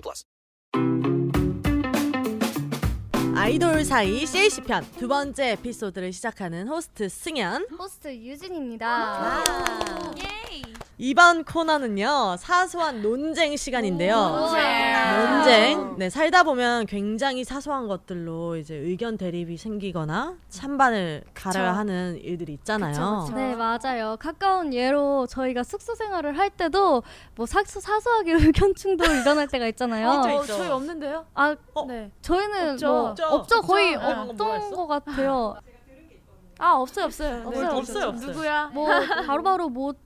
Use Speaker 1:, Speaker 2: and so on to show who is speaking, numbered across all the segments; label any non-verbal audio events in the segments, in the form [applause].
Speaker 1: plus.
Speaker 2: 아이돌 사이 CAC 편 두 번째 에피소드를 시작하는 호스트 승현.
Speaker 3: 호스트
Speaker 2: 아,
Speaker 3: 유진입니다. 예이.
Speaker 2: 이번 코너는요 사소한 논쟁 시간인데요.
Speaker 3: 논쟁.
Speaker 2: 논쟁. 네 살다 보면 굉장히 사소한 것들로 이제 의견 대립이 생기거나 찬반을 갈아야 하는 일들이 있잖아요.
Speaker 3: 네 맞아요. 가까운 예로 저희가 숙소 생활을 할 때도 뭐 사소 사소하게 [laughs] 의견 충돌 일어날 때가 있잖아요.
Speaker 4: 네. 저희 없는데요?
Speaker 3: 아
Speaker 2: 어?
Speaker 4: 네.
Speaker 3: 저희는
Speaker 4: 없죠.
Speaker 3: 뭐
Speaker 2: 없죠.
Speaker 3: 없죠, 거의
Speaker 2: 없죠. 네.
Speaker 3: 없던
Speaker 2: 방금 뭐라 했어?
Speaker 3: 것 같아요.
Speaker 4: 아 없어요 없어요.
Speaker 3: 없어요,
Speaker 2: 없어요,
Speaker 4: 네.
Speaker 2: 없어요.
Speaker 4: 누구야?
Speaker 3: 뭐 바로바로 못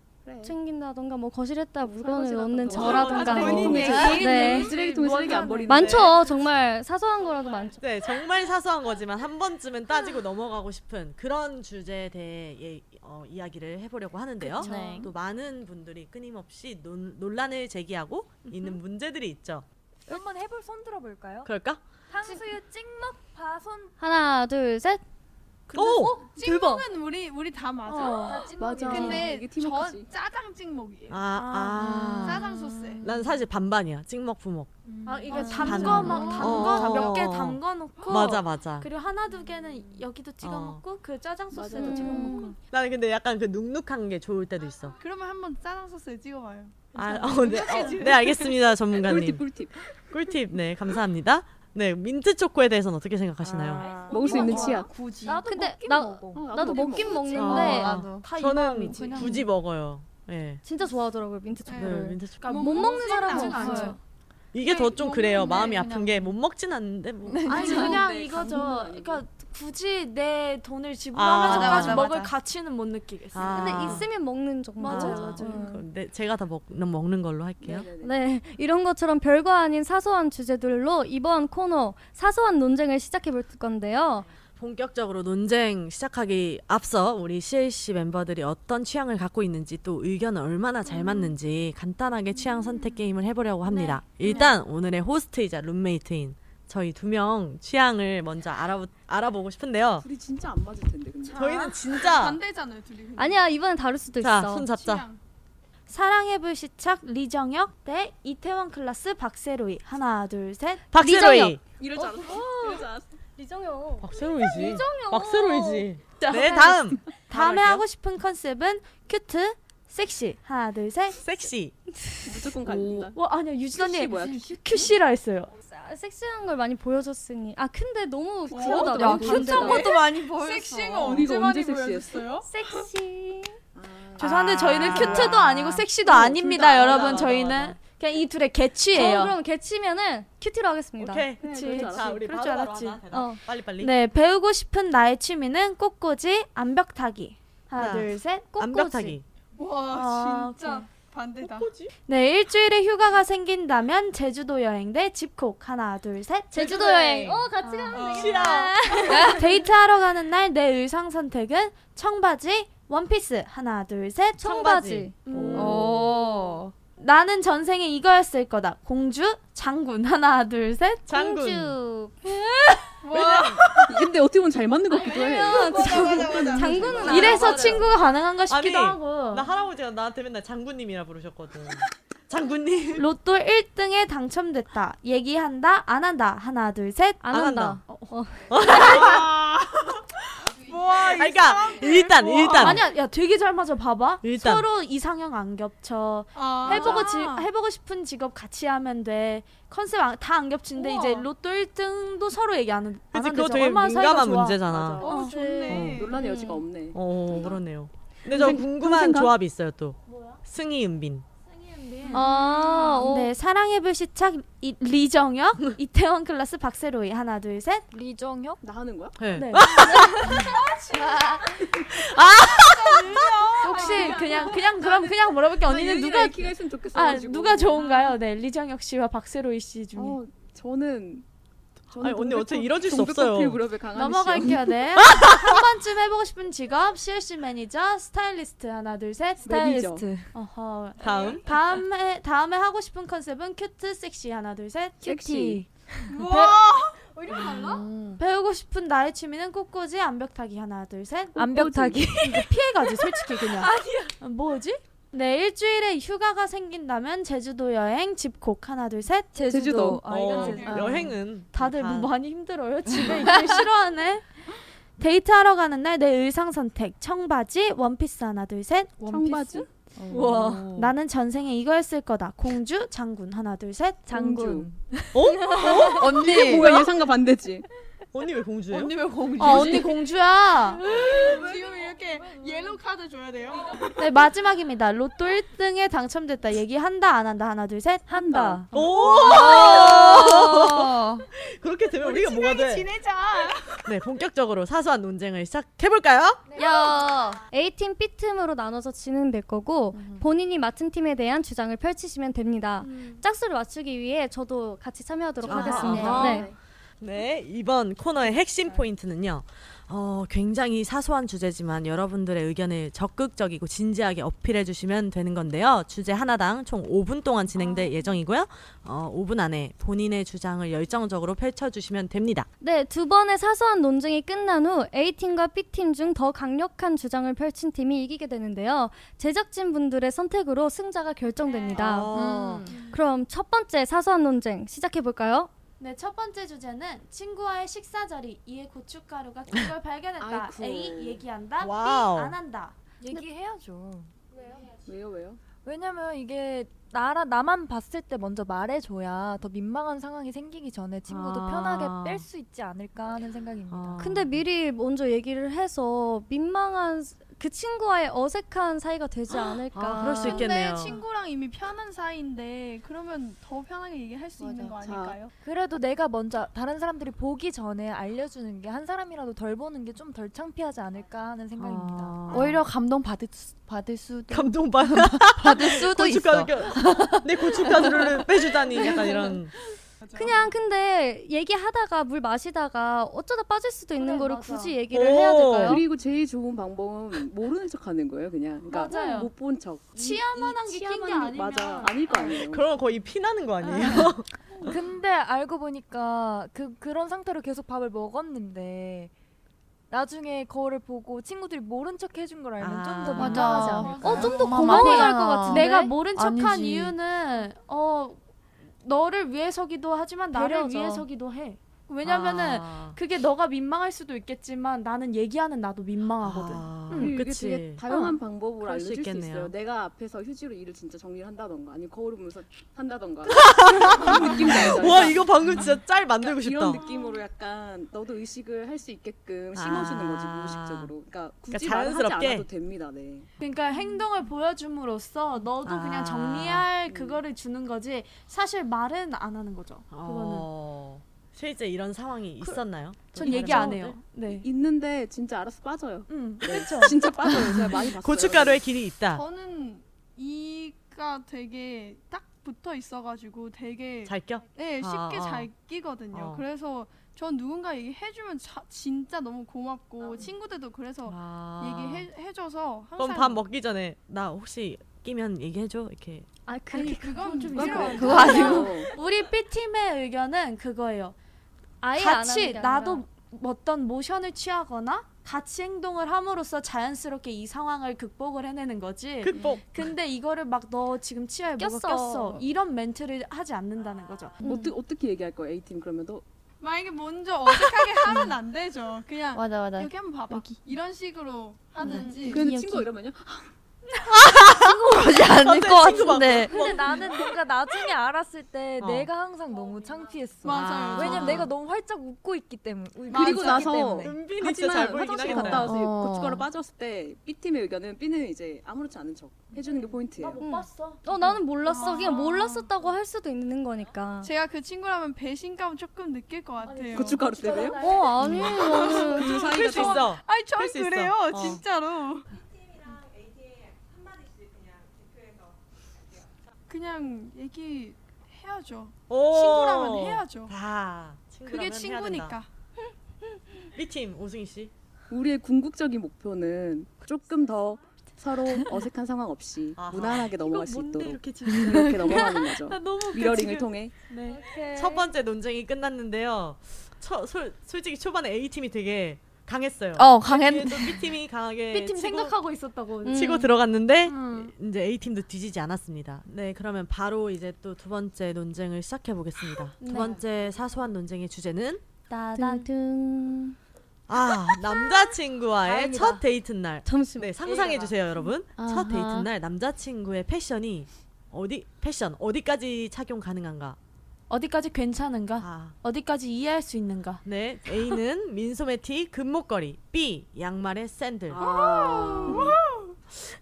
Speaker 3: 챙긴다던가 뭐 거실에다 물건을
Speaker 4: 설거지라던가.
Speaker 3: 넣는
Speaker 4: 아,
Speaker 3: 저라던가 뭐.
Speaker 2: 본인의
Speaker 3: 네.
Speaker 4: 쓰레기통 쓰레기 안 버리는데.
Speaker 3: 많죠. 정말 사소한 거라도 많죠.
Speaker 2: 네, 정말 사소한 거지만 한 번쯤은 따지고 넘어가고 싶은 그런 주제에 대해 예, 어, 이야기를 해보려고 하는데요.
Speaker 4: 그쵸. 네.
Speaker 2: 또 많은 분들이 끊임없이 논, 논란을 제기하고 있는 문제들이 있죠.
Speaker 4: 한번 해볼 손 들어볼까요?
Speaker 2: 그럴까?
Speaker 4: 탕수유 찍먹파 손.
Speaker 3: 하나 둘 셋.
Speaker 2: 오!
Speaker 3: 대박.
Speaker 5: 찍먹은 우리 우리 다 맞아.
Speaker 3: 어,
Speaker 5: 다
Speaker 3: 맞아.
Speaker 5: 찍먹이에요. 근데
Speaker 6: 이게 팀워크지.
Speaker 5: 전 짜장 찍먹이에요.
Speaker 2: 아, 아.
Speaker 5: 짜장 소스.
Speaker 2: 난 사실 반반이야. 찍먹 부먹.
Speaker 4: 아 이게
Speaker 5: 어,
Speaker 4: 담궈 막
Speaker 2: 담궈.
Speaker 4: 담궈
Speaker 2: 어.
Speaker 4: 몇 개 담궈 놓고.
Speaker 2: 맞아 맞아.
Speaker 4: 그리고 하나 두 개는 여기도 찍어
Speaker 2: 어.
Speaker 4: 먹고 그 짜장 소스에도
Speaker 3: 맞아.
Speaker 4: 찍어 먹고.
Speaker 3: 음.
Speaker 2: 나는 근데 약간 그 눅눅한 게 좋을 때도 있어.
Speaker 5: 그러면 한번 짜장 소스에 찍어봐요.
Speaker 2: 아, 어, 네, 어, 네 알겠습니다, 전문가님.
Speaker 6: 꿀팁 꿀팁
Speaker 2: 꿀팁, 네 감사합니다. 네 민트 초코에 대해서는 어떻게 생각하시나요?
Speaker 6: 먹을 수 있는
Speaker 5: 어,
Speaker 6: 치약
Speaker 5: 굳이.
Speaker 3: 나도 음, 근데 나
Speaker 6: 어,
Speaker 3: 나도 먹긴 아.
Speaker 2: 어,
Speaker 3: 먹는데
Speaker 5: 나도.
Speaker 4: 다
Speaker 2: 저는
Speaker 4: 아, 이만이지.
Speaker 2: 굳이 먹어요. 예.
Speaker 3: 진짜 좋아하더라고요 민트
Speaker 2: 네.
Speaker 3: 초코를.
Speaker 2: 민트 초코.
Speaker 5: 그러니까
Speaker 3: 못 먹는
Speaker 5: 먹지는
Speaker 3: 사람은
Speaker 5: 않죠.
Speaker 3: 없어요.
Speaker 2: 이게 더 좀
Speaker 5: 먹는
Speaker 2: 그래요.
Speaker 5: 게
Speaker 2: 마음이 아픈
Speaker 5: 그냥-
Speaker 2: 게 못 먹진 않는데 뭐.
Speaker 4: 아니
Speaker 6: 그치.
Speaker 4: 그냥
Speaker 6: 네,
Speaker 4: 이거죠.
Speaker 6: 담그는 거 아니고.
Speaker 4: 그러니까 굳이 내 돈을 지불하면서까지
Speaker 5: 맞아, 맞아,
Speaker 4: 먹을
Speaker 5: 맞아.
Speaker 4: 가치는 못 느끼겠어.
Speaker 2: 아.
Speaker 3: 근데 있으면 먹는 정도. 음.
Speaker 4: 맞아요,
Speaker 2: 아,
Speaker 4: 맞아요.
Speaker 2: 그럼 네, 제가 다 먹, 난 먹는 걸로 할게요.
Speaker 3: 네, 이런 것처럼 별거 아닌 사소한 주제들로 이번 코너 사소한 논쟁을 시작해 볼 건데요.
Speaker 2: 본격적으로 논쟁 시작하기 앞서 우리 CLC 멤버들이 어떤 취향을 갖고 있는지 또 의견은 얼마나 잘 맞는지 간단하게 취향 선택 게임을 해보려고 합니다. 일단 오늘의 호스트이자 룸메이트인 저희 두 명 취향을 먼저 알아, 알아보고 싶은데요.
Speaker 6: 둘이 진짜 안 맞을 텐데 근데
Speaker 2: 저희는 진짜
Speaker 5: 반대잖아요 둘이. 근데.
Speaker 3: 아니야, 이번엔 다를 수도
Speaker 2: 자,
Speaker 3: 있어.
Speaker 2: 손 잡자.
Speaker 5: 취향.
Speaker 4: 사랑해불 시착 리정혁 대 이태원 클라스 박세로이 하나 둘 셋.
Speaker 2: 박세로이.
Speaker 3: 리정혁.
Speaker 6: 이러지 않았어 이러지 않았어
Speaker 3: 리정혁.
Speaker 2: 박세로이지.
Speaker 3: 리정혁.
Speaker 2: 네, 다음.
Speaker 4: 다음에
Speaker 2: 할게요.
Speaker 4: 하고 싶은 컨셉은 큐트, 섹시 하나 둘 셋.
Speaker 2: 섹시.
Speaker 6: 무조건 갈린다
Speaker 4: 와 아니야 유진
Speaker 6: 큐시
Speaker 4: 언니
Speaker 6: 뭐야
Speaker 4: 큐시라 했어요.
Speaker 3: 아, 섹시한 걸 많이 보여줬으니. 아, 근데 너무
Speaker 6: 야,
Speaker 3: 그거다.
Speaker 6: 큐트한
Speaker 3: 반대다.
Speaker 6: 것도
Speaker 5: 많이 보였어. 어, 섹시가 언제
Speaker 6: 언제
Speaker 5: 많이
Speaker 6: 섹시했어?
Speaker 5: 보였어요?
Speaker 3: 섹시.
Speaker 2: 아.
Speaker 5: 죄송한데 저희는 큐트도
Speaker 4: 아니고 섹시도 아닙니다 여러분 저희는 그냥 이 둘의
Speaker 3: 저
Speaker 4: 개취예요.
Speaker 3: 그럼 개치면은 큐티로 하겠습니다.
Speaker 2: 오케이.
Speaker 4: 그치.
Speaker 6: 그럴 줄
Speaker 2: 자, 네, 그렇죠. 우리
Speaker 4: 그럴 줄
Speaker 2: 바로바로
Speaker 4: 알았지.
Speaker 2: 하나, 대답.
Speaker 3: 어.
Speaker 2: 빨리 빨리.
Speaker 4: 네 배우고 싶은 나의 취미는 꽃꽂이, 암벽 타기 하나,
Speaker 2: 하나,
Speaker 4: 둘 셋. 꽃꽂이.
Speaker 2: 암벽 타기.
Speaker 5: 와
Speaker 4: 아,
Speaker 5: 진짜
Speaker 4: 오케이.
Speaker 5: 반대다.
Speaker 4: 네 일주일에 휴가가 생긴다면 제주도 여행 대 집콕 하나 둘 셋.
Speaker 3: 제주도 여행. 어, 같이 가면 되겠다.
Speaker 4: 네, 데이트하러 가는 날 내 의상 선택은 청바지, 원피스 하나 둘 셋. 음.
Speaker 3: 청바지.
Speaker 2: 음.
Speaker 5: 오.
Speaker 4: 나는 전생에 이거였을 거다. 공주, 장군 하나 둘 셋.
Speaker 2: 장군.
Speaker 3: 공주.
Speaker 6: 근데 어떻게 보면 잘 맞는 것 같기도 해
Speaker 3: 장군은 안
Speaker 4: 이래서
Speaker 3: 알아봐요.
Speaker 4: 친구가 가능한가
Speaker 2: 아니,
Speaker 4: 싶기도 하고.
Speaker 2: 나 할아버지가 나한테 맨날 장군님이라 [laughs] 부르셨거든. 장군님.
Speaker 4: 로또 1등에 당첨됐다. 얘기한다, 안 한다. 하나, 둘, 셋.
Speaker 3: 안
Speaker 2: 안
Speaker 3: 한다.
Speaker 2: 한다.
Speaker 3: 어, 어.
Speaker 5: 뭐야
Speaker 2: 아, 그러니까 일단 일단
Speaker 4: 아니야, 야, 되게 잘 맞아. 봐봐.
Speaker 2: 일단.
Speaker 4: 서로 이상형 안 겹쳐.
Speaker 5: 아,
Speaker 4: 해보고, 지, 해보고 싶은 직업 같이 하면 돼. 컨셉 다 안 겹치는데
Speaker 5: 우와.
Speaker 4: 이제 로또 1등도 서로 얘기 안, 한- 안
Speaker 2: 그치,
Speaker 4: 한다.
Speaker 2: 그거 되게 민감한 문제잖아.
Speaker 6: 맞아.
Speaker 5: 어 좋네.
Speaker 6: 논란의 여지가 없네
Speaker 2: 어, 그러네요. 근데 저
Speaker 6: 평생-
Speaker 2: 궁금한
Speaker 6: 평생각?
Speaker 2: 조합이 있어요 또. 승희 은빈.
Speaker 3: 아, 오.
Speaker 4: 네, 사랑의 불시착 이-
Speaker 2: [laughs]
Speaker 4: 리정혁, 이태원 클라스 박세로이 하나 둘 셋.
Speaker 5: 리정혁?
Speaker 6: 나 하는 거야?
Speaker 7: 네.
Speaker 4: 네.
Speaker 2: 아!
Speaker 5: 혹시
Speaker 4: 혹시 그냥 그냥 그럼 그냥 물어볼게 언니는 누가
Speaker 6: 키가 있으면 좋겠어.
Speaker 4: 아 누가 좋은가요? 네, 리정혁 씨와 박세로이 씨 중에
Speaker 6: 어, 저는. 저는
Speaker 2: 아니, 언니
Speaker 6: 동백꽃-
Speaker 2: 어차피 이뤄질 수
Speaker 6: 동백꽃
Speaker 2: 없어요.
Speaker 6: 필 그룹의 강한
Speaker 4: 넘어갈게요. 네, [laughs] 한 번쯤 해보고 싶은 직업 CLC 매니저, 스타일리스트 하나 둘 셋.
Speaker 6: 스타일리스트.
Speaker 4: 어허.
Speaker 2: 다음.
Speaker 4: 다음에 다음에 하고 싶은 컨셉은 큐트, 섹시 하나 둘 셋.
Speaker 6: 섹시.
Speaker 5: 우와 어, 이렇게 달라?
Speaker 4: 배우고 싶은 나의 취미는 꽃꽂이, 암벽 타기 하나 둘 셋.
Speaker 6: 꽃꽂이.
Speaker 3: 암벽타기.
Speaker 4: [laughs] 피해가지 솔직히 그냥 아니야 뭐지? 네 일주일에 휴가가 생긴다면 제주도 여행 집콕 하나 둘 셋
Speaker 6: 제주도.
Speaker 3: 아, 이건
Speaker 2: 어,
Speaker 3: 제주-
Speaker 4: 아.
Speaker 2: 여행은
Speaker 4: 다들 뭐
Speaker 3: 아.
Speaker 7: 다.
Speaker 4: 많이 힘들어요 집에 있길
Speaker 3: [laughs]
Speaker 4: 싫어하네 데이트하러 가는 날 내 의상 선택 청바지 원피스 하나 둘 셋
Speaker 6: 청바지?
Speaker 2: 우와.
Speaker 4: 나는 전생에 이거 했을 거다 공주 장군 하나 둘 셋
Speaker 3: 장군.
Speaker 4: [laughs]
Speaker 6: 언니. 뭐가 예상과 반대지?
Speaker 2: 언니 왜 공주예요?
Speaker 5: 언니 왜 공주?
Speaker 4: 아 언니 공주야
Speaker 5: 지금 이렇게 옐로우 카드 줘야 돼요?
Speaker 4: [laughs] 네 마지막입니다 로또 1등에 당첨됐다 얘기한다 안 한다 하나 둘 셋
Speaker 3: 한다.
Speaker 2: 오
Speaker 5: 어.
Speaker 2: [laughs] 그렇게 되면 우리가 뭐가 돼?
Speaker 5: 지내자.
Speaker 2: 네 본격적으로 사소한 논쟁을 시작해 볼까요?
Speaker 3: 야. A팀, B팀으로 나눠서 진행될 거고 본인이 맡은 팀에 대한 주장을 펼치시면 됩니다. 짝수를 맞추기 위해 저도 같이 참여하도록
Speaker 7: 아하,
Speaker 3: 하겠습니다.
Speaker 7: 아하.
Speaker 3: 네.
Speaker 5: 그러니까.
Speaker 2: 네 이번 코너의 핵심 포인트는요.
Speaker 7: 어, 굉장히 사소한 주제지만 여러분들의 의견을 적극적이고 진지하게 어필해 주시면 되는 건데요. 주제 하나당 총 5분 동안 진행될 예정이고요. 어, 5분 안에 본인의 주장을 열정적으로 펼쳐 주시면 됩니다.
Speaker 3: 네, 두 번의 사소한 논쟁이 끝난 후 A팀과 B팀 중 더 강력한 주장을 펼친 팀이 이기게 되는데요. 제작진 분들의 선택으로 승자가 결정됩니다.
Speaker 8: 아, 음.
Speaker 2: 어.
Speaker 3: 그럼 첫 번째 사소한 논쟁 시작해 볼까요?
Speaker 4: 네, 첫 번째 주제는 친구와의 식사 자리 이에 고춧가루가 그걸 발견했다.
Speaker 6: 아이쿠.
Speaker 4: A 얘기한다.
Speaker 2: 와우.
Speaker 4: B 안 한다.
Speaker 8: 얘기해야죠.
Speaker 6: 왜요, 왜요?
Speaker 8: 그렇죠. 왜냐면 이게 나라 나만 봤을 때 먼저 말해줘야 더 민망한 상황이 생기기 전에 친구도
Speaker 7: 아.
Speaker 8: 편하게 뺄 수 있지 않을까 하는 생각입니다.
Speaker 7: 어.
Speaker 3: 근데 미리 먼저 얘기를 해서 민망한 그 친구와의 어색한 사이가 되지 않을까.
Speaker 7: 아, 그럴 수 있겠네요.
Speaker 5: 근데 친구랑 이미 편한 사이인데 그러면 더 편하게 얘기할 수 있는 거
Speaker 6: 자.
Speaker 5: 아닐까요?
Speaker 8: 그래도 내가 먼저 다른 사람들이 보기 전에 알려주는 게 한 사람이라도 덜 보는 게 좀 덜 창피하지 않을까 하는 생각입니다.
Speaker 7: 아.
Speaker 8: 오히려 감동 받을 수, 받을 수도
Speaker 2: 감동받은
Speaker 8: 받을 수도 있어.
Speaker 2: 고춧가루 내 고춧가루를 빼주다니 약간 이런
Speaker 3: 그냥 근데 얘기하다가 물 마시다가 어쩌다 빠질 수도
Speaker 4: 네,
Speaker 3: 있는 거를 굳이 얘기를
Speaker 2: 오.
Speaker 3: 해야 될까요?
Speaker 6: 그리고 제일 좋은 방법은 모르는 척 하는 거예요, 그냥. 그러니까
Speaker 4: 맞아요.
Speaker 6: 못 본 척.
Speaker 4: 치아만한 게 낀 게 아니면
Speaker 6: 맞아. 아닐 거 아니에요.
Speaker 2: 그런 거 거의 피나는 거 아니에요?
Speaker 8: [laughs] 근데 알고 보니까 그 그런 상태로 계속 밥을 먹었는데 나중에 거울을 보고 친구들이 모른 척 해준 걸 알면
Speaker 7: 아.
Speaker 8: 좀 더
Speaker 7: 맞아.
Speaker 8: 민망하지 않을까?
Speaker 3: 어, 좀 더
Speaker 8: 엄마,
Speaker 3: 고마워할
Speaker 5: 네.
Speaker 8: 맞아.
Speaker 3: 것 같은데.
Speaker 4: 내가 모른 척한
Speaker 8: 아니지.
Speaker 4: 이유는 어 너를 위해서기도 하지만 나를
Speaker 3: 배려죠.
Speaker 4: 위해서기도 해.
Speaker 2: [laughs]
Speaker 4: 왜냐면은
Speaker 7: 아.
Speaker 4: 그게 너가 민망할 수도 있겠지만 나는 얘기하는 나도 민망하거든.
Speaker 7: 아,
Speaker 6: 음, 이게
Speaker 7: 그치.
Speaker 6: 되게 다양한 방법으로
Speaker 7: 그럴 수
Speaker 6: 알려줄 수,
Speaker 7: 있겠네요.
Speaker 6: 있어요. 내가 앞에서 휴지로 일을 진짜 정리를 한다던가, 아니면 거울을 보면서 한다던가. 그런 느낌도 알죠.
Speaker 2: [laughs] 와 이거 방금 진짜 짤 만들고 싶다.
Speaker 6: 그러니까 이런 느낌으로 약간 너도 의식을 할 수 있게끔 심어주는 거지
Speaker 7: 아.
Speaker 6: 무의식적으로. 그러니까 굳이
Speaker 2: 그러니까
Speaker 6: 말하지
Speaker 2: 자연스럽게.
Speaker 6: 않아도 됩니다. 네.
Speaker 4: 그러니까 행동을 보여줌으로써 너도
Speaker 7: 아.
Speaker 4: 그냥 정리할 그거를 주는 거지 사실 말은 안 하는 거죠. 그거는
Speaker 7: 어, 실제 이런 상황이 있었나요?
Speaker 4: 전 얘기 안
Speaker 2: 그렇죠.
Speaker 4: 해요. 네.
Speaker 6: 있는데 진짜 알아서 빠져요.
Speaker 4: 음.
Speaker 6: 진짜 빠져요. 제가 많이 봤어요.
Speaker 2: 아, 고춧가루의 길이
Speaker 5: 어,
Speaker 2: 있다.
Speaker 5: 저는 이가 되게 딱 붙어 있어가지고 되게
Speaker 2: 잘 껴.
Speaker 5: 네,
Speaker 7: 아,
Speaker 5: 쉽게
Speaker 7: 아.
Speaker 5: 잘 끼거든요.
Speaker 7: 어.
Speaker 5: 그래서 전 누군가 얘기해주면 자- 진짜 너무 고맙고 친구들도 그래서 어,
Speaker 6: 아.
Speaker 5: 얘기해 해줘서 항상
Speaker 2: 아. 그럼 밥 먹기 전에 나 혹시 끼면 얘기해줘 이렇게.
Speaker 3: 아, 그
Speaker 5: 아니 그건 좀 싫어.
Speaker 6: 그거 아니고
Speaker 4: 우리 B팀의 의견의 의거예요.
Speaker 3: 아예 안 하는
Speaker 4: 같이
Speaker 3: 게
Speaker 4: 나도
Speaker 3: 아니라.
Speaker 4: 어떤 모션을 취하거나 같이 행동을 함으로써 자연스럽게 이 상황을 극복을 해내는 거지.
Speaker 2: 극복.
Speaker 4: 근데 이거를 막 너 지금 치아에 뭐가
Speaker 3: 꼈어.
Speaker 4: 꼈어. 이런 멘트를 하지 않는다는 거죠.
Speaker 6: 어떻게 어떻게 얘기할 거야 A 팀 그러면 너
Speaker 5: 만약에 먼저
Speaker 6: [laughs]
Speaker 5: 어색하게 하면 안 되죠. 그냥
Speaker 8: 맞아 맞아.
Speaker 6: 그
Speaker 5: 여기 한번 봐봐. 이런 식으로 하든지.
Speaker 6: 그런데 친구 이러면요
Speaker 3: 친구 보지 않을 것
Speaker 2: 친구 막-
Speaker 3: 같은데.
Speaker 8: 근데 나는 뭔가 나중에 알았을 때
Speaker 2: 어.
Speaker 8: 내가 항상 너무 창피했어.
Speaker 5: 맞아요.
Speaker 8: 왜냐면 내가 너무 활짝 웃고 있기 때문에 웃-
Speaker 5: 맞아.
Speaker 8: 그리고 나서 때문에.
Speaker 2: 은빈이 진짜 잘
Speaker 6: 하지만
Speaker 2: 보이긴
Speaker 6: 화장실
Speaker 2: 하겠다.
Speaker 6: 갔다 와서
Speaker 8: 어.
Speaker 6: 고춧가루 빠졌을 때 B 팀의 의견은 B는 이제 아무렇지 않은 척 해주는 게
Speaker 2: 아,
Speaker 6: 포인트예요.
Speaker 3: 응. 어 나는 몰랐어. 그냥 몰랐었다고 할 수도 있는 거니까.
Speaker 5: 제가 그 친구라면 배신감 조금 느낄 것 같아요.
Speaker 6: 고춧가루 때문에요?
Speaker 3: 어 아니 나는
Speaker 6: 그 사이가
Speaker 2: 그럴 음, 수
Speaker 6: 좀-
Speaker 2: 있어.
Speaker 5: 아니 저
Speaker 2: 그럴 수 있어.
Speaker 5: 그래요
Speaker 2: 어.
Speaker 5: 진짜로. 그냥 얘기 해야죠.
Speaker 2: 오.
Speaker 5: 친구라면 해야죠.
Speaker 2: 다.
Speaker 5: 그게
Speaker 2: 친구라면 해야 된다.
Speaker 5: 친구니까.
Speaker 2: B팀 오승희 씨.
Speaker 6: 우리의 궁극적인 목표는 조금 더
Speaker 2: [laughs]
Speaker 6: 서로 어색한 상황 없이
Speaker 2: 아하.
Speaker 6: 무난하게 넘어갈 수
Speaker 2: 뭔데
Speaker 6: 있도록
Speaker 2: 이렇게 아, 진짜.
Speaker 6: 이렇게
Speaker 2: [laughs]
Speaker 6: 넘어가는 거죠. 미러링을 통해
Speaker 2: 첫 번째 논쟁이 끝났는데요. 처, 솔, 솔직히 초반에 A 팀이 되게 강했어요.
Speaker 3: 어
Speaker 2: 뒤에
Speaker 3: 강했.
Speaker 2: 또 B 팀이 강하게
Speaker 4: B팀
Speaker 2: 치고,
Speaker 4: 생각하고 있었다고.
Speaker 3: 음.
Speaker 2: 치고 들어갔는데
Speaker 4: 음.
Speaker 2: 이제 A 팀도 뒤지지 않았습니다.
Speaker 7: 네, 그러면 바로 이제 또 두 번째 논쟁을 시작해 보겠습니다. 두
Speaker 3: 네.
Speaker 7: 번째 사소한 논쟁의 주제는
Speaker 3: 아, 따다둥.
Speaker 2: 아 남자친구와의
Speaker 8: 다행이다.
Speaker 2: 첫 데이트 날.
Speaker 3: 잠시만.
Speaker 2: 네 상상해 주세요 여러분. 첫
Speaker 3: 아하.
Speaker 2: 데이트 날 남자친구의 패션이 어디 패션 어디까지 착용 가능한가?
Speaker 4: 어디까지 괜찮은가?
Speaker 2: 아,
Speaker 4: 어디까지 이해할 수 있는가?
Speaker 2: 네
Speaker 6: [laughs]
Speaker 2: A는 민소매 티 금목걸이, B 양말에 샌들.
Speaker 6: 아.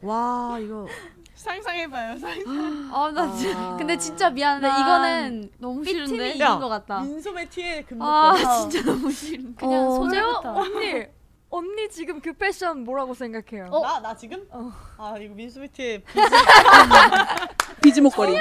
Speaker 2: 와 이거
Speaker 5: 상상해봐요. 상상.
Speaker 4: 아, 나 진- 근데 진짜 미안해.
Speaker 8: 난
Speaker 4: 이거는 너무
Speaker 8: 싫은데?
Speaker 4: 싫은데.
Speaker 2: 야.
Speaker 4: 이긴 것 같다.
Speaker 2: 민소매
Speaker 6: 어.
Speaker 2: 티에
Speaker 4: 아,
Speaker 2: 금목걸이.
Speaker 4: [laughs] 진짜 너무 싫은데.
Speaker 3: 그냥
Speaker 4: 그냥
Speaker 3: 어.
Speaker 4: 소재부터.
Speaker 8: 언니 언니 지금 그 패션 뭐라고 생각해요?
Speaker 3: 어?
Speaker 2: 나, 나 지금? 아, 이거 민수미티에
Speaker 6: 비즈 목걸이.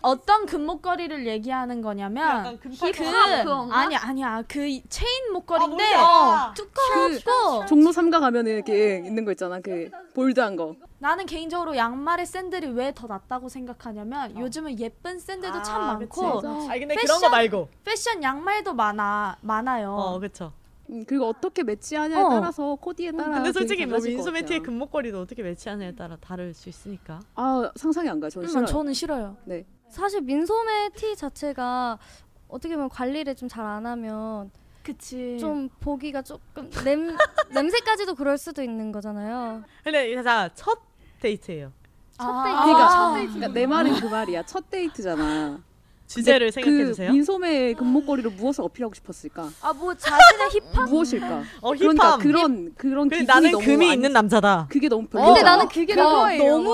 Speaker 4: 어떤 금목걸이를 얘기하는
Speaker 6: 아,
Speaker 4: 거냐면
Speaker 2: 약간 금팔
Speaker 4: 그
Speaker 2: 같은
Speaker 4: 아니 아니야 그 체인 목걸인데 그
Speaker 2: 아, 뭔지 알아.
Speaker 4: 두꺼워
Speaker 6: 종로 삼가 가면은 이렇게 있는 거 있잖아. 그 볼드한 거.
Speaker 4: 나는 개인적으로 양말에 샌들이 왜 더 낫다고 생각하냐면 요즘은 예쁜 샌들도 참
Speaker 2: 어. 아,
Speaker 4: 많고
Speaker 2: 그치. 아니, 근데
Speaker 4: 패션-
Speaker 2: 그런 거 말고.
Speaker 4: 패션 양말도 많아 많아요
Speaker 2: 어, 그쵸.
Speaker 6: 음, 그리고 어떻게 매치하냐에
Speaker 4: 어.
Speaker 6: 따라서 코디에 따라.
Speaker 2: 근데
Speaker 6: 되게
Speaker 2: 솔직히 뭐
Speaker 6: 달라질 것
Speaker 2: 민소매티의
Speaker 6: 같아요.
Speaker 2: 금목걸이도 어떻게 매치하느냐에 따라 다를 수 있으니까.
Speaker 6: 아 상상이 안 가요. 저는
Speaker 4: 음,
Speaker 6: 싫어요.
Speaker 4: 저는 싫어요
Speaker 6: 네.
Speaker 3: 사실 민소매 티 자체가 어떻게 보면 관리를 좀 잘 안 하면
Speaker 4: 그치
Speaker 3: 좀 보기가 조금 냄 [laughs] 냄새까지도 그럴 수도 있는 거잖아요.
Speaker 6: 네.
Speaker 2: 근데 자, 첫 데이트예요. 아,
Speaker 4: 첫
Speaker 3: 데이트.
Speaker 4: 아.
Speaker 6: 그러니까, 그러니까 내 말은 그 말이야. 첫 데이트잖아.
Speaker 2: 주제를
Speaker 6: 근데
Speaker 2: 생각해 주세요.
Speaker 6: 그 민소매 금목걸이를 무엇을 어필하고 싶었을까?
Speaker 4: 아뭐 자신의 힙합 음.
Speaker 6: 무엇일까?
Speaker 2: 어, 힙합.
Speaker 6: 그러니까 그런 그런
Speaker 2: 근데
Speaker 6: 기분이
Speaker 2: 나는 어,
Speaker 6: 너무
Speaker 2: 금이
Speaker 6: 안-
Speaker 2: 있는 남자다.
Speaker 6: 그게 너무 별로.
Speaker 3: 근데 나는 어, 그게 너무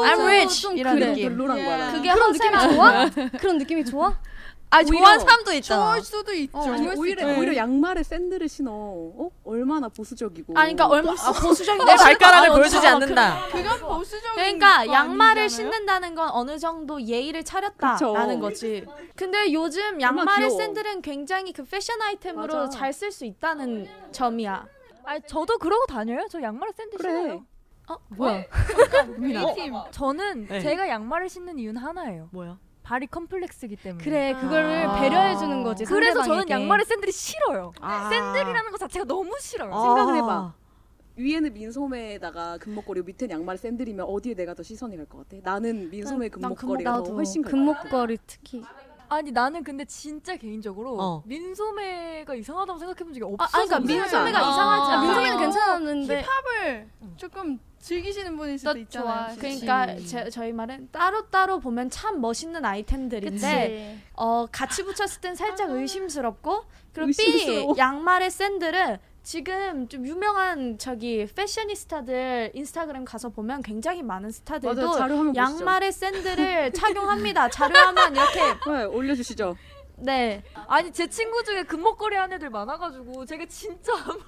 Speaker 4: I'm
Speaker 3: 좀-
Speaker 4: rich
Speaker 3: 좀
Speaker 4: 이런
Speaker 6: 그게
Speaker 4: 느낌.
Speaker 6: 별로란 거야. 어, 나는.
Speaker 4: 그게
Speaker 3: 그런
Speaker 4: 한세라
Speaker 3: 느낌이 좋아? 그런 느낌이 좋아?
Speaker 4: 아
Speaker 6: 오히려
Speaker 4: 좋아하는 사람도 있잖아
Speaker 5: 좋을 수도 있죠.
Speaker 6: 어,
Speaker 5: 네.
Speaker 6: 아니, 오히려 오히려 양말에 샌들을 신어. 어? 얼마나 보수적이고.
Speaker 4: 아니 그러니까 얼마 아, 보수적인 아,
Speaker 2: 내 발가락을
Speaker 4: 어,
Speaker 2: 보여주지 않는다.
Speaker 5: 그건 보수적인.
Speaker 4: 그러니까
Speaker 5: 거
Speaker 4: 양말을
Speaker 5: 아니잖아요?
Speaker 4: 신는다는 건 어느 정도 예의를 차렸다라는
Speaker 6: 그쵸.
Speaker 4: 거지. 근데 요즘
Speaker 6: 얼마나
Speaker 4: 양말을
Speaker 6: 귀여워.
Speaker 4: 샌들은 굉장히 그 패션 아이템으로
Speaker 6: 맞아.
Speaker 4: 잘 쓸 수 있다는 점이야.
Speaker 8: 아니 저도 그러고 다녀요. 저 양말에 샌드
Speaker 6: 그래.
Speaker 8: 신어요.
Speaker 4: 뭐야?
Speaker 8: 저는
Speaker 2: 네.
Speaker 8: 제가 양말을 신는 이유는 하나예요.
Speaker 2: 뭐야?
Speaker 8: 발이 컴플렉스이기 때문에.
Speaker 3: 그래 그거를 배려해 주는 거지.
Speaker 8: 그래서 저는
Speaker 3: 상대방에게.
Speaker 8: 양말에 샌들이 싫어요.
Speaker 2: 아.
Speaker 8: 샌들이라는 것 자체가 너무 싫어요.
Speaker 2: 생각을 해 봐.
Speaker 6: 위에는 민소매에다가 금목걸이 밑에는 양말 샌들이면 어디에 내가 더 시선이 갈 것 같아? 나는 [laughs] 민소매
Speaker 4: 금목-
Speaker 6: 금목걸이가 더
Speaker 3: 나도 그
Speaker 6: 훨씬 갈것 같아.
Speaker 3: 금목걸이 특히
Speaker 8: 아니 나는 근데 진짜 개인적으로
Speaker 2: 어.
Speaker 8: 민소매가 이상하다고 생각해본 적이
Speaker 4: 아,
Speaker 8: 없어서
Speaker 4: 아니, 그러니까
Speaker 8: 그래요.
Speaker 4: 민소매가
Speaker 6: 아.
Speaker 4: 이상하지
Speaker 3: 아,
Speaker 4: 않아.
Speaker 3: 민소매는 괜찮았는데
Speaker 5: 힙합을 조금 즐기시는 분일 수도 있잖아요. 진짜.
Speaker 4: 그러니까 제, 저희 말은 따로 따로 보면 참 멋있는 아이템들인데 어 같이 붙였을 땐 살짝 의심스럽고 그리고 B
Speaker 6: 아. 의심스러워.
Speaker 4: 양말의 샌들은 지금 좀 유명한 저기 패셔니스타들 인스타그램 가서 보면 굉장히 많은
Speaker 6: 맞아
Speaker 4: 스타들도
Speaker 6: 자료 화면 보시죠.
Speaker 4: 양말의 샌들을 착용합니다. 자료하면 이렇게
Speaker 6: 네, 올려주시죠.
Speaker 4: 네.
Speaker 8: 아니 제 친구 중에 금목걸이 한 애들 많아가지고 제가 진짜 아무-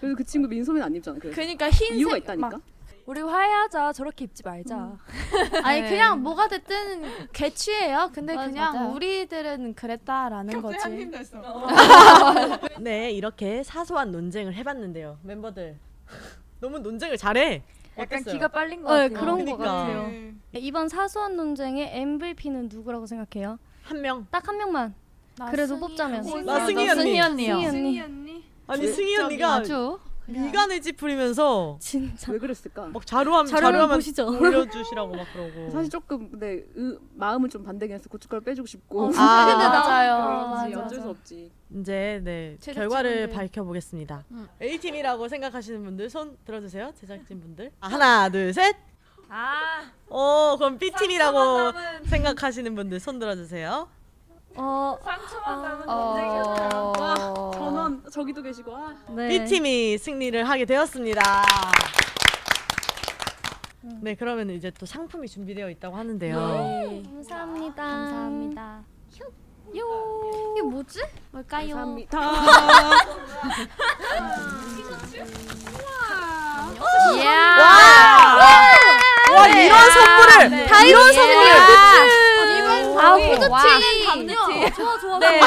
Speaker 6: 그래도 그 친구 민소매는 안 입잖아. 그래서
Speaker 4: 그러니까 흰색
Speaker 6: 이유가 있다니까.
Speaker 4: 막
Speaker 8: 우리 화해하자 저렇게 입지 말자
Speaker 4: 음.
Speaker 8: [laughs]
Speaker 4: 아니 그냥 뭐가 됐든 개취예요. 근데
Speaker 3: 네. 맞아,
Speaker 4: 그냥
Speaker 3: 맞아요.
Speaker 4: 우리들은 그랬다라는
Speaker 5: 갑자기 한님
Speaker 4: 거지.
Speaker 5: 됐어.
Speaker 2: 네, 이렇게 사소한 논쟁을 해 봤는데요. 멤버들. [laughs] 너무 논쟁을 잘해.
Speaker 8: 약간
Speaker 2: 어땠어요?
Speaker 8: 기가 빨린 것
Speaker 3: 네,
Speaker 8: 같아요
Speaker 3: 그런
Speaker 2: 그러니까.
Speaker 3: 것 같아요 이번 사소한 논쟁의 MVP는 누구라고 생각해요?
Speaker 2: 한 명.
Speaker 3: 딱 한 명만 그래도 뽑자면
Speaker 2: 나 승희 언니.
Speaker 4: 승희 언니요.
Speaker 3: 승희 언니
Speaker 5: 승희 언니.
Speaker 2: 아니 승희 언니가
Speaker 3: 아주
Speaker 2: 미간을 찌푸리면서
Speaker 3: 진짜
Speaker 6: 왜 그랬을까?
Speaker 2: 막 자료함
Speaker 3: 자료를
Speaker 2: 자료하면
Speaker 3: 보시죠
Speaker 2: 올려주시라고 막 그러고.
Speaker 6: 사실 조금 근데 의- 마음은 좀 반대긴 네. 했어. 고춧가루 빼주고 싶고.
Speaker 2: 아.
Speaker 4: 맞아요.
Speaker 6: 그러지,
Speaker 4: 맞아.
Speaker 6: 어쩔 수 없지.
Speaker 2: 이제 네
Speaker 4: 제작진분들.
Speaker 2: 결과를 밝혀보겠습니다. A 팀이라고 생각하시는 분들 손 들어주세요. 제작진 분들 하나 아, 둘 셋.
Speaker 4: 아,
Speaker 2: 어, 그럼 B팀이라고
Speaker 4: 상처만 남은-
Speaker 2: 생각하시는 분들 손 들어주세요.
Speaker 3: 어,
Speaker 4: 상처만
Speaker 8: 아.
Speaker 4: 남은
Speaker 8: 어...
Speaker 6: 전원 저기도 계시고 아,
Speaker 3: 네.
Speaker 2: B팀이 승리를 하게 되었습니다.
Speaker 3: 음.
Speaker 2: 네, 그러면 이제 또 상품이 준비되어 있다고
Speaker 3: 네.
Speaker 2: 하는데요.
Speaker 3: 감사합니다.
Speaker 8: 감사합니다.
Speaker 3: 요. 이게 뭐지? 뭘까요?
Speaker 6: [laughs] 감사합니다.
Speaker 3: 이야.
Speaker 2: 와, 이런 선물을
Speaker 3: 다 아! 네. 이런 선물. 아,
Speaker 8: 아,
Speaker 3: 후드티.
Speaker 8: 좋아
Speaker 3: [laughs]
Speaker 8: 좋아.
Speaker 3: 네.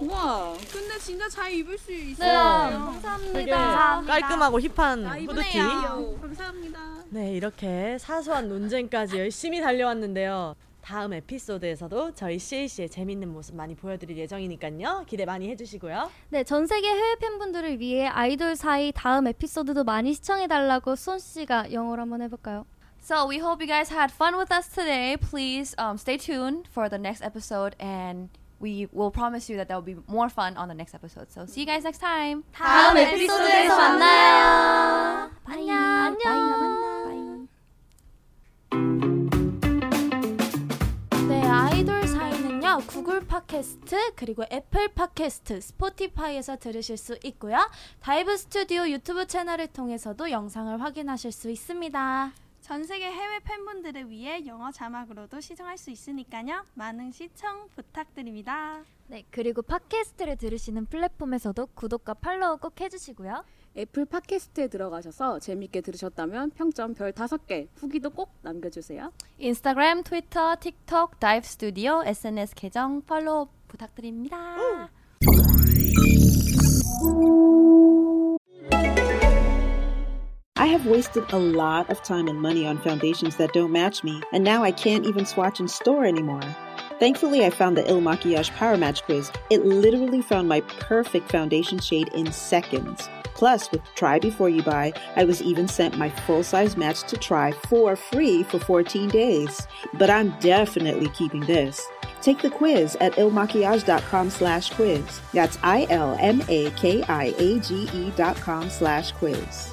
Speaker 6: 우와
Speaker 5: 근데 진짜 잘 입을 수
Speaker 3: 네.
Speaker 5: 있어요.
Speaker 2: 되게
Speaker 3: 감사합니다. 아,
Speaker 2: 깔끔하고 힙한 후드티.
Speaker 6: 감사합니다.
Speaker 2: 네, 이렇게 사소한 논쟁까지 열심히 달려왔는데요. 다음 에피소드에서도 저희 CAC의 재밌는 모습 많이 보여드릴 예정이니까요. 기대 많이 해주시고요.
Speaker 3: 네, 전 세계 해외 팬분들을 위해 아이돌 사이 다음 에피소드도 많이 시청해 달라고 손 씨가 영어로 한번 해 볼까요?
Speaker 9: So we hope you guys had fun with us today. Please um, stay tuned for the next episode, and we will promise you that there will be more fun on the next episode. So see you guys next time.
Speaker 3: 다음 에피소드에서 만나요. 안녕.
Speaker 4: 네, 아이돌 사이는요. 구글 팟캐스트 그리고 애플 팟캐스트, 스포티파이에서 들으실 수 있고요. 다이브 스튜디오 유튜브 채널을 통해서도 영상을 확인하실 수 있습니다.
Speaker 5: 전 세계 해외 팬분들을 위해 영어 자막으로도 시청할 수 있으니까요. 많은 시청 부탁드립니다.
Speaker 8: 네, 그리고 팟캐스트를 들으시는 플랫폼에서도 구독과 팔로우 꼭 해주시고요.
Speaker 6: 애플 팟캐스트에 들어가셔서 재밌게 들으셨다면 평점 별 5개, 후기도 꼭 남겨주세요.
Speaker 9: Instagram, Twitter, TikTok, Dive Studio, SNS 계정 팔로우 부탁드립니다.
Speaker 10: I have wasted a lot of time and money on foundations that don't match me, and now I can't even swatch in store anymore. Thankfully, I found the Il Maquillage Power Match Quiz. It literally found my perfect foundation shade in seconds. Plus, with Try Before You Buy, I was even sent my full size match to try for free for 14 days. But I'm definitely keeping this. Take the quiz at ilmakiage.com slash quiz. That's I-L-M-A-K-I-A-G-E E dot com slash quiz.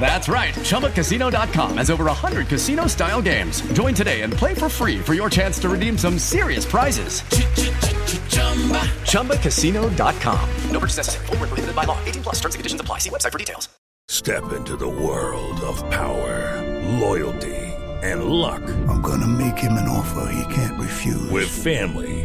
Speaker 1: That's right. ChumbaCasino.com has over 100 casino-style games. Join today and play for free for your chance to redeem some serious prizes. ChumbaCasino.com.
Speaker 11: No purchase necessary. Void where prohibited by law. 18 plus terms and conditions apply. See website for details.
Speaker 12: Step into the world of power, loyalty, and luck. I'm going to make him an offer he can't refuse. With family,